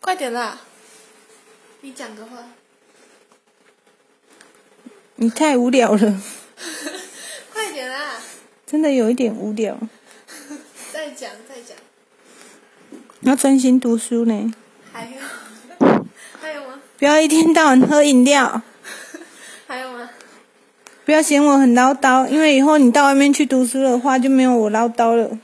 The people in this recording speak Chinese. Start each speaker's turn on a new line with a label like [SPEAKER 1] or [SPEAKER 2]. [SPEAKER 1] 快点啦！你讲个话。
[SPEAKER 2] 你太无聊了，
[SPEAKER 1] 快点啦！
[SPEAKER 2] 真的有一点无聊。
[SPEAKER 1] 再讲，再讲。
[SPEAKER 2] 要专心读书呢，
[SPEAKER 1] 还有，还有吗？
[SPEAKER 2] 不要一天到晚喝饮料，
[SPEAKER 1] 还有吗？
[SPEAKER 2] 不要嫌我很唠叨，因为以后你到外面去读书的话，就没有我唠叨了。